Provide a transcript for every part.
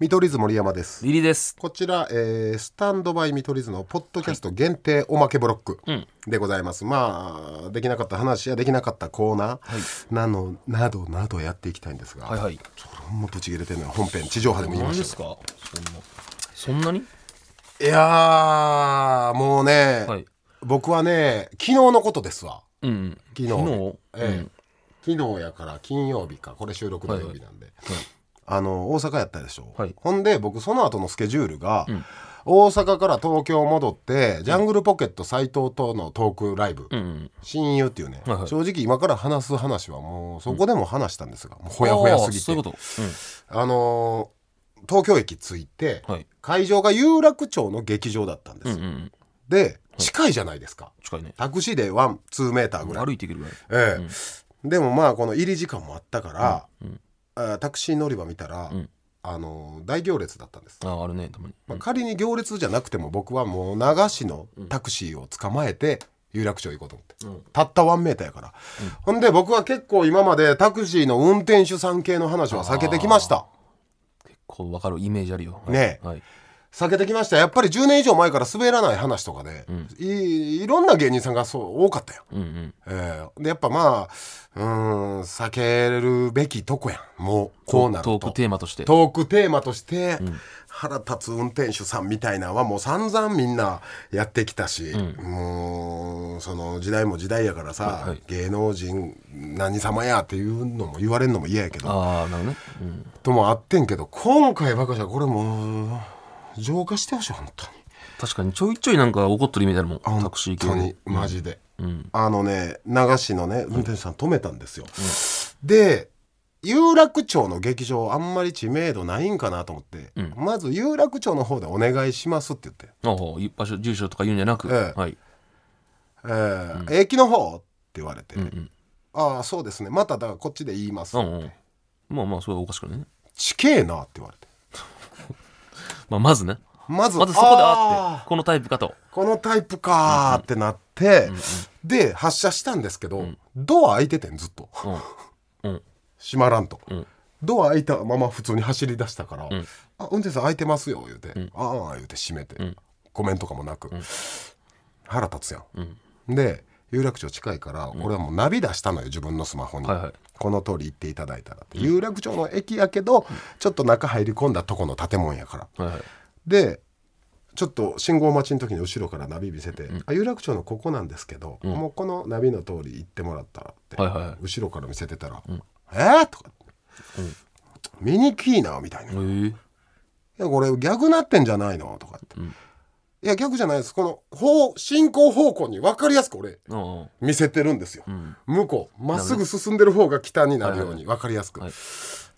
見取り図森山ですリリですこちら、えースタンドバイ見取り図のポッドキャスト限定おまけブロックでございます、まあできなかった話やできなかったコーナーなの、などなどやっていきたいんですが、はいはいちょっともっとちぎれてるのよ本編地上波でも言いま何したでけどすかそんなそんなにいやーもうね、はい僕はね昨日のことですわうん昨日昨日ええ昨日やから金曜日かこれ収録土曜日なんで、あの大阪やったでしょ、はいほんで僕その後のスケジュールが、大阪から東京戻ってジャングルポケット斎藤とのトークライブ、うん親友っていうね、はいはい正直今から話す話はもうそこでも話したんですが、もうほやほやすぎてあーそういうことあのー東京駅着いて、うんはい会場が有楽町の劇場だったんです、うんうんうんで近いじゃないですか近いねタクシーでワンツーメーターぐらい、歩いていけるぐらいええでもまあこの入り時間もあったから、あタクシー乗り場見たら、んあの大行列だったんです、あーあるねたまにまあ、仮に行列じゃなくても僕はもう流しのタクシーを捕まえて有楽町行こうと思って、たったワンメーターやから、ほんで僕は結構今までタクシーの運転手さん系の話は避けてきましたこう分かるイメージあるよはいねえはい避けてきましたやっぱり10年以上前から滑らない話とかで、いいろんな芸人さんがそう多かったよ、うんうんえーでやっぱまあうーん避けるべきとこやんもうこうなるとトークテーマとしてトークテーマとして、腹立つ運転手さんみたいなのはもう散々みんなやってきたし、もうその時代も時代やからさ、いはい芸能人何様やっていうのも言われるのも嫌やけどああなるほどねうんともあってんけど今回ばかしはこれもう浄化してほしい本当に。確かにちょいちょいなんか怒ってるイメージあるもんタ本クシー系当にでマジで、あのね流しのね運転手さん止めたんですよ、で有楽町の劇場あんまり知名度ないんかなと思って、まず有楽町の方でお願いしますって言ってああい場所住所とか言うんじゃなくええはい「えー駅の方?」って言われて「ああそうですねまただからこっちで言います」うんうんまあまあそれはおかしくないね地形な」って言われてまあまずねまずまずそこでああーってこのタイプかとこのタイプかーってなって、で発車したんですけど、ドア開いててんずっと、うんうん閉まらんと、ドア開いたまま普通に走り出したから「あ運転手さん開いてますよ」言うて「ああ」言うて閉めて、コメントとかもなく、腹立つやん、で有楽町近いから俺はもうナビ出したのよ自分のスマホに、はいはいこの通り行っていただいたらって、有楽町の駅やけどちょっと中入り込んだとこの建物やから、はいはいでちょっと信号待ちの時に後ろからナビ見せて「あ有楽町のここなんですけど、もうこのナビの通り行ってもらったら」って、はいはいはい後ろから見せてたら「えっ?」とか、ミニキーナ」みたいな「いえやこれ逆なってんじゃないの?」とかって、いや逆じゃないですこの方進行方向に分かりやすく俺えああ見せてるんですよ、向こうまっすぐ進んでる方が北になるように分かりやすく、はい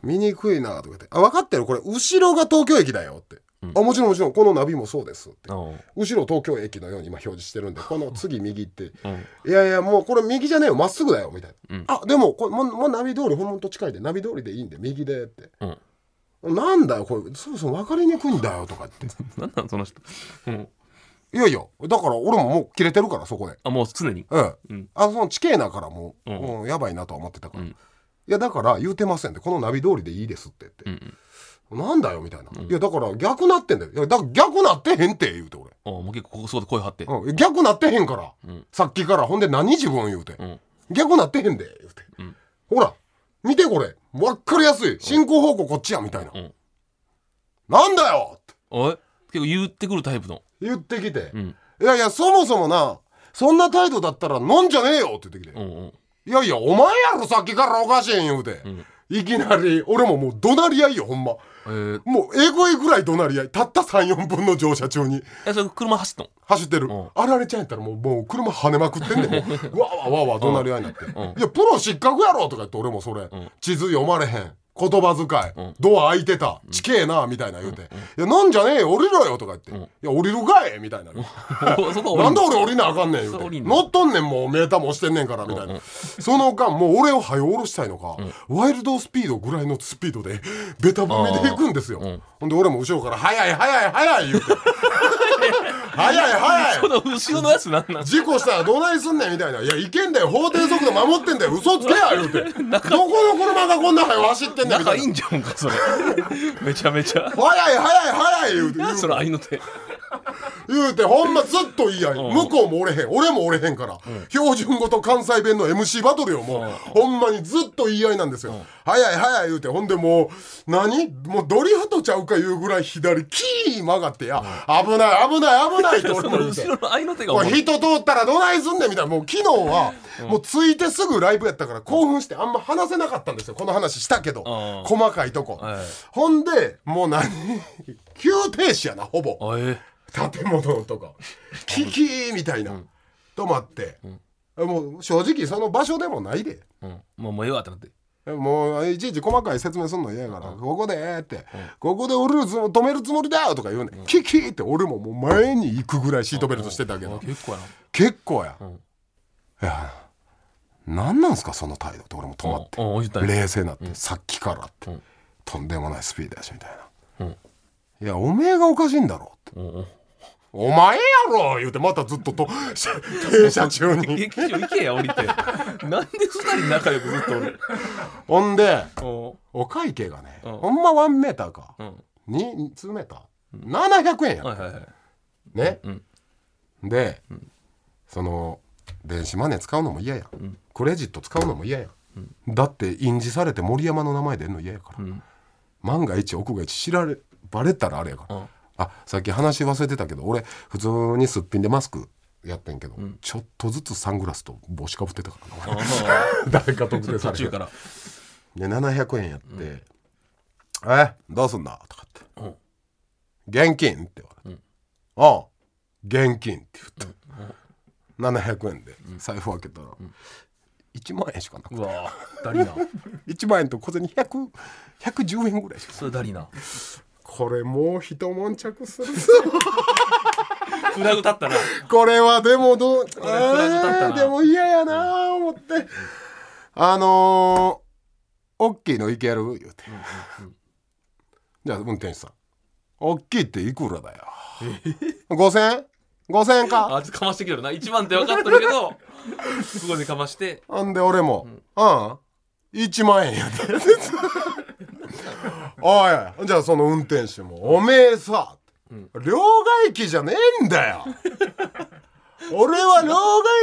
見にくいなとか言って「あ分かってるこれ後ろが東京駅だよ」って「あもちろんもちろんこのナビもそうです」ってああ後ろ東京駅のように今表示してるんでこの次右行って「いやいやもうこれ右じゃねえよまっすぐだよ」みたいな「あでもこれもうもうナビ通りほんと近いでナビ通りでいいんで右で」ってう「んなんだよこれそもそも分かりにくいんだよ」とか 言って「なんなんその人うんいやいやだから俺ももう切れてるからそこで」あもう常にええうんあその地形なからもう、うんもうやばいなとは思ってたから、うんいやだから言うてませんでこのナビ通りでいいですってう言っんて、なんだよみたいな、いやだから逆なってんだよいやだから逆なってへんって言うて俺、ああもう結構ここそこで声張ってうん、逆なってへんから、うんさっきからほんで何自分言うて、うん逆なってへんで言うて、うんほら見てこれ分かりやすい進行方向こっちやみたいな、うんなんだよっておい結構言ってくるタイプの言ってきて、うんいやいやそもそもなそんな態度だったら飲んじゃねえよって言ってきて、うんうんいやいや、お前やろ、さっきからおかしいん言うて。んいきなり、俺ももう怒鳴り合いよ、ほんま。えーもう、えぐいぐらい怒鳴り合い。たった3、4分の乗車中にえそれ車走ったの走ってるん。あられちゃんやったらもう、もう車跳ねまくってんねん。 もうわわわわ怒鳴り合いになって。いや、プロ失格やろとか言って、俺もそれん。地図読まれへん。言葉遣ういん。ドア開いてた。地形な、みたいな言うて。いや、なんじゃねえよ、降りろよとか言って。いや、降りるかいみたいな。そこ なんで俺俺降りなあかんねん言そうう降てりんの乗っとんねんもうメーターも押してんねんからみたいなその間もう俺を早下ろしたいのかワイルドスピードぐらいのスピードでベタ踏みで行くんですよあーうん ほんで俺も後ろから「速い速い速い」言うて早い早いその後ろのやつなんなん事故したらどないすんねんみたいな「いやいけんだよ法定速度守ってんだよ嘘つけや」言うて「どこの車がこんな速く走ってんねん」みた仲いいないんじゃうんかそれめちゃめちゃ「早い早い早い」言うて言うそれ合いの手言うてほんまずっといいやんうん向こうも折れへん俺も折れへんから、標準語と関西弁の MC バトルよもう、ほんまにずっと言い合いなんですよ、早い早い言うてほんでもう何もうドリフトちゃうかいうぐらい左キー曲がってや、危ない危ない危ないって そ俺もの言うて後。ろの合いの手がこれ重い人通ったらどないすんねんみたいなもう昨日はもう着いてすぐライブやったから興奮してあんま話せなかったんですよこの話したけどうん細かいとこはいほんでもう何急停止やなほぼあえ建物とか「キキー」みたいな、止まって、もう正直その場所でもないでえうんもうもうええわってなってもういちいち細かい説明すんの嫌やから「ここで」って、ここで俺る止めるつもりだ」とか言うね、ん「キキー」って俺ももう前に行くぐらいシートベルトしてたけど、あ結構やな結構や、んいや何なんすかその態度って俺も止まって、うんうん言ったね冷静になって、さっきからって、んとんでもないスピードやしみたいな「うんいやおめえがおかしいんだろ」って。うんうんお前やろ言うてまたずっと と停車中に劇場行けや降りてなんで二人仲良くずっとおるほんでおお会計がね、うんほんま1メーターかううん2ツーメーター700円や、はいはいはいね、うんで、その電子マネー使うのも嫌や、んクレジット使うのも嫌や、だって印字されて森山の名前出んの嫌やから、うん万が一奥が一知られバレたらあれやから、うんあさっき話忘れてたけど俺普通にすっぴんでマスクやってんけど、ちょっとずつサングラスと帽子かぶってたからな俺 誰か特定さ途れて中かでら700円やって「えどうすんだ?」とかって「うん現金?」って言われて「ああ現金」って言って、700円で財布開けたら、1万円しかなくてうわダリな1万円と小銭100 110円ぐらいしかそれダリなこれもう一悶着するフラグ立ったな これはでもどうえれフラグ立ったなーでも嫌やなあ思って、あのー「おっきいのいける?」言うて。じゃあ運転手さん「おっきいっていくら だよ」5000 5000円かあいつかましてきてるな一番って分かってるけどすごいねかましてほんで俺も「うん1万円やで」 おいじゃあその運転手も「おめえさ、両替機じゃねえんだよ」俺は両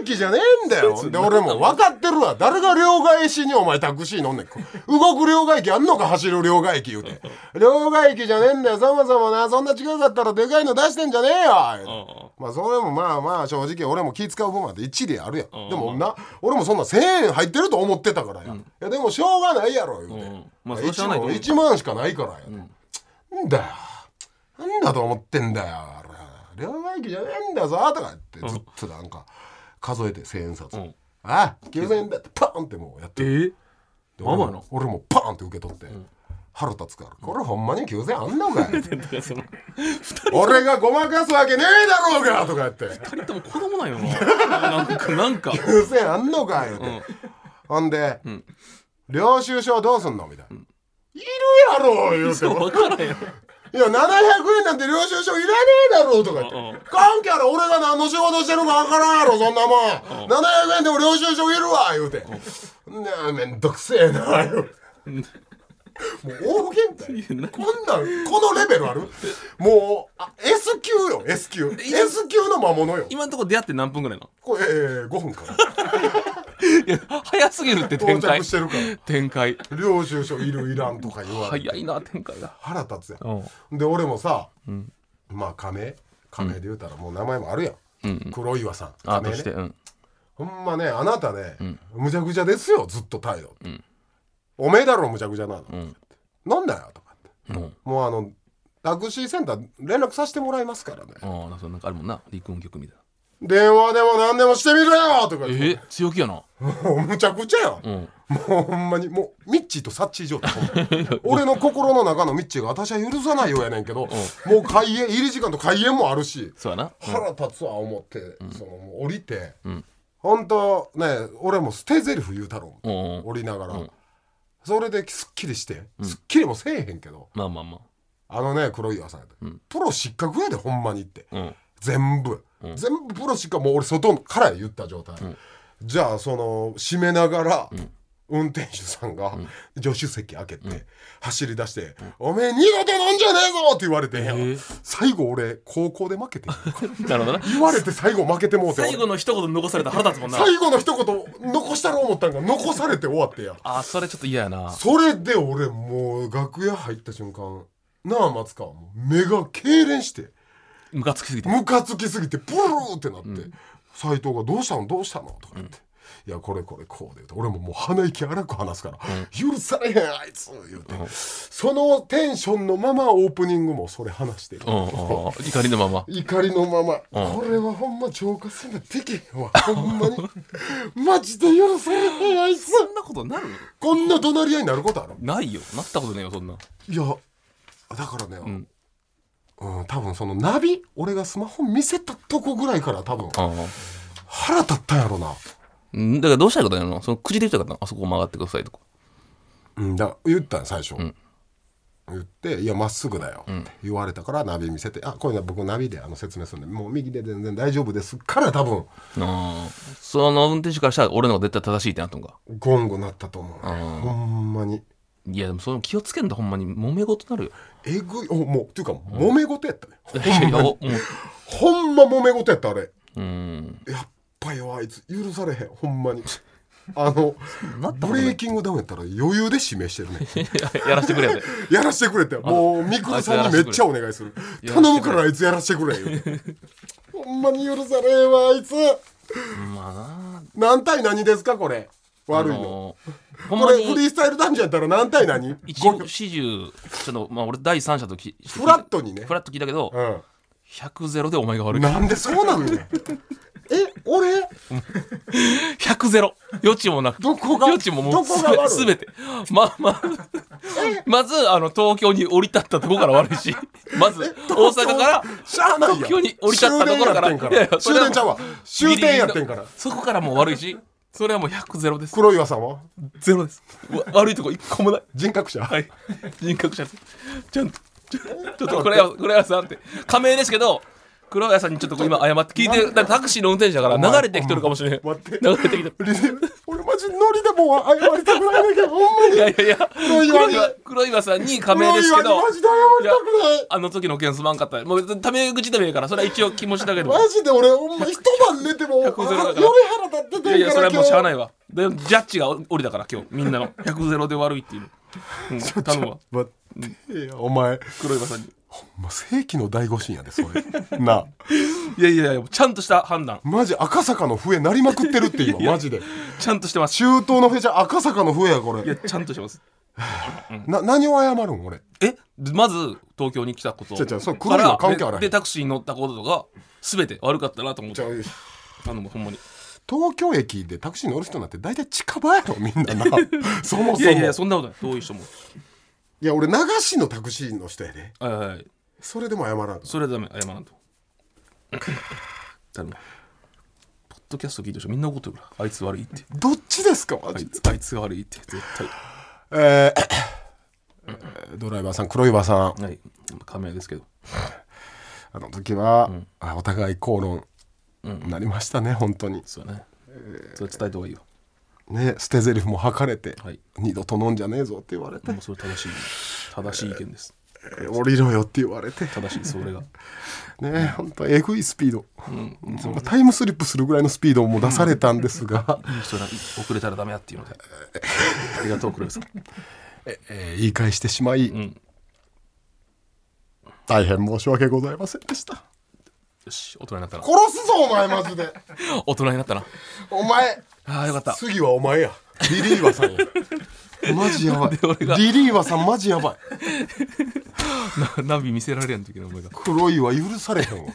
替機じゃねえんだよ。で、俺も分かってるわ。誰が両替しにお前タクシー乗んねん。動く両替機あんのか走る両替機言うて。両替機じゃねえんだよ。ざまざまな、そんな近かったらでかいの出してんじゃねえよ言うて。まあそれもまあまあ正直俺も気使う部分まで一理あるやん、うんでもな俺もそんな1,000円入ってると思ってたからや、いやでもしょうがないやろ言うて、うんうんまあそれはしゃあないと思う 1, 万しかないからや、なんだよなんだと思ってんだよ俺両替機じゃねえんだぞとか言ってずっとなんか数えて1,000円札、んあ9,000円だってパーンってもうやってるえでマ俺マもの俺もパーンって受け取って、腹立つからこれほんまに9,000円あんの かいだからその俺がごまかすわけねえだろうがとか言って二人とも子供なんよななんかなんか偶然あんのか言うて、うんほんで、ん領収書どうすんのみたいな、いるやろ言うてそう分からへんよいや700円なんて領収書いらねえだろうとか言って、うん関係ある俺が何の仕事してるかわからんやろそんなもん、700円でも領収書いるわ言うて、ねえめんどくせえな言うてもう大喧嘩やこんなんこのレベルあるもうあ S 級よ S 級 S 級の魔物よ今のとこ出会って何分ぐらいなこれ、えー、5分からのいや早すぎるって到展開着してるから展開領収書いるいらんとか言われて早いな展開が腹立つやうんんで俺もさ、まあ仮名仮名で言うたらもう名前もあるやん、黒岩さんあ仮と名してねうんほんまねあなたね、むちゃくちゃですよずっと態度、おめえだろむちゃくちゃなの、んなんだよとかってうんもうあのタクシーセンター連絡させてもらいますからね、あーなんかなんかあるもんな陸軍局みたいな電話でも何でもしてみろよとか言ってえ強気やな もうむちゃくちゃやんうんもうほんまにもうミッチーとサッチー状態ほんま俺の心の中のミッチーが私は許さないようやねんけど、もう開演入り時間と開演もあるしそうやな腹立つわ思って、そのもう降りて、ほんとね俺も捨て台詞言うたろ、うんうん降りながら、うんそれですっきりして、すっきりもせえへんけどまあまあまあのね黒岩さんやで、プロ失格やでほんまにってあうん全部、全部プロしかもう俺外から言った状態、じゃあその閉めながら、運転手さんが助手席開けて走り出して「おめえ二度と飲んじゃねえぞ!」って言われてんやん、ええ最後俺高校で負けてんなるほどな言われて最後負けてもうて俺最後の一言残されたら腹立つもんな最後の一言残したろう思ったんが残されて終わってやあそれちょっと嫌やなそれで俺もう楽屋入った瞬間なあ松川もう目が痙攣してムカつきすぎてムカつきすぎてプルーってなって斎、斉藤が「どうしたのどうしたの?」とか言って。いやこれこれこうで言うと俺ももう鼻息荒く話すから「許されへんあいつ」言うて、そのテンションのままオープニングもそれ話してる、うんうんうん怒りのまま怒りのまま、これはほんま浄化せんなできへんわほんまにマジで許されへんあいつそんなことなるこんな怒鳴り合いになることあるないよなったことないよそんないやだからね、うん多分そのナビ俺がスマホ見せたとこぐらいから多分腹立ったんやろな、うんだからどうしたらいいことなのその口で言ったらいいかなあそこ曲がってくださいとかうん、だ言ったんや最初、言って「いやまっすぐだよ」って言われたからナビ見せて「あこれ僕ナビであの説明するんでもう右で全然大丈夫です」から多分うんその運転手からしたら俺の方が絶対正しいってなったんかゴンゴなったと思う、ほんまにいやでもその気をつけんだほんまに揉め事にな るよえぐいおもうっていうか揉め事やったね、いやおもうほんま揉め事やったあれうんやっぱよあいつ許されへんほんまにあ のブレーキングダウンやったら余裕で指名してるね やらせてくれやでやらしてくれってもうみくるさんにめっちゃお願いするや頼らせむてくれからあいつやらしてくれ言うてほんまに許されへんわあいつまあな何対何ですかこれ悪いあの、のほんこまれフリにースタイル男女やったら何対何一ご部始終ちょっとまあ俺第三者ときフラットにねフラッと聞いたけどう100ゼロでお前が悪んいなんでそうなんねんえ俺100ゼロ余地もなくどこが余地ももどうこすがべ悪いすべてまままずあの東京に降り立ったとこから悪いしまず大阪からしゃあないやん東京に降り立ったところから終電やってんかいやいやそ終れは電ちゃうわ終点やってんからそこからもう悪いしそれはもう100ゼロです黒岩さんはゼロですわ悪いとこ一個もない人格者、はい人格者ですちゃんとちょちょっと黒谷黒谷さんって仮名ですけど黒谷さんにちょっとこう今謝って聞いてだからタクシーの運転手だからお前流れてきてるかもしれんお前待って流れてきてる俺マジノリでもう謝りたくないんだけどほんまいにやいやいや黒黒岩に岩黒岩さんに仮名ですけ黒ど岩にマジで謝りたくないあの時の件すまんかったもう別にタメ口でもいいからそれは一応気持ちだけどマジで俺ほんま一晩寝ても夜100ゼロだから腹立っていてやいやそれはもうしゃあないいわでジャッジが降りだから今日みんな の100ゼロで悪いっていう、うん、頼むわ待ってよお前黒岩さんにほんま世紀の大誤信やでそれなあいやいやいやちゃんとした判断マジ赤坂の笛鳴りまくってるって今マジでちゃんとして ます中東のフェチャー赤坂の笛やこいやれちゃんとしてますな何を謝るん俺えまず東京に来たこと違う違うそれ黒岩関係あらへんからででタクシーに乗ったこととか全て悪かったなと思っじてゃあ頼むほんまに東京駅でタクシー乗る人なんて大体近場やろみんななそもそもいやいやいやそんなことない遠い人もいや俺流しのタクシーの人やではいはいはいそれでも謝らんそれはダメ謝らんと頼むポッドキャスト聞いてる人みんな怒ってるからあいつ悪いってどっちですかマあジいで、つあいつが悪いって絶対えーえードライバーさん黒岩さんはい仮名ですけどあの時は、あお互い口論になりましたね、本当にそうやねそれ伝えた方がいいよね捨て台詞も吐かれて、はい二度と飲んじゃねえぞって言われてもうそれ正しい正しい意見ですえー降りろよって言われて正しいそれがね本当えぐいスピード、なんかタイムスリップするぐらいのスピードをもう出されたんですが、いい人な遅れたらダメだってい うのでありがとう黒井さんえー言い返してしまい、大変申し訳ございませんでしたよし大人になったな殺すぞお前マジで 大人になったなお前ああよかった次はお前やリリーワさんや マジやばいで俺がリリーワさんマジやばい なナビ見せられやん時の 思いが黒いは許されへんわ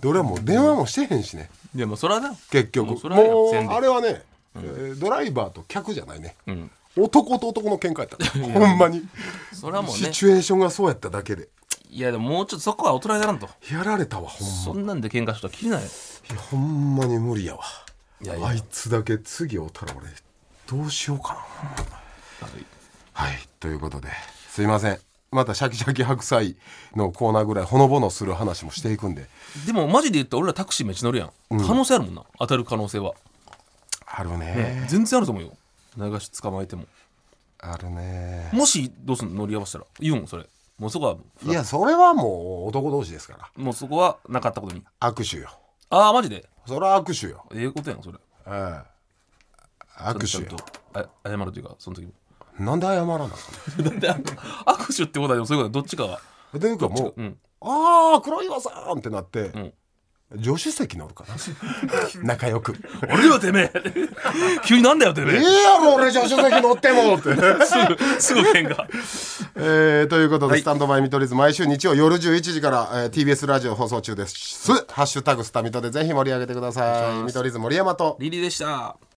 で俺はもう電話もしてへんしねいやもうそれはな結局もうもそうれはやせんであれはね、えードライバーと客じゃないね、ん男と男の喧嘩や ったほんまにそれはもうねシチュエーションがそうやっただけでいやでももうちょっとそこは大人にならんとやられたわほんまそんなんで喧嘩したら切れないいやほんまに無理やわいやいやあいつだけ次おったら俺どうしようかなはいということですいませんまたシャキシャキ白菜のコーナーぐらいほのぼのする話もしていくんででもマジで言ったら俺らタクシーめっちゃ乗るやん、可能性あるもんな当たる可能性は、あるね全然あると思うよ流し捕まえてもあるねもしどうすんの乗り合わせたら言うんそれもうそこはいやそれはもう男同士ですからもうそこはなかったことに握手よああマジでそれは握手よ、ええことやんそれええ握手よあ謝るというかその時も なんで謝らなあかんのだってあ握手ってことはでもそういうことはどっちかはというかもう「うんああ黒岩さん!」ってなって、ん助手席乗るか な仲良く「俺よてめえ 急になんだよ「てえめええやろ俺助手席乗っても」って、」すぐすぐ喧嘩えーということで、スタンドバイ見取り図毎週日曜夜11時から、えー TBS ラジオ放送中です「ハッシュタグスタミト」でぜひ盛り上げてください見取り図森山とリリーでした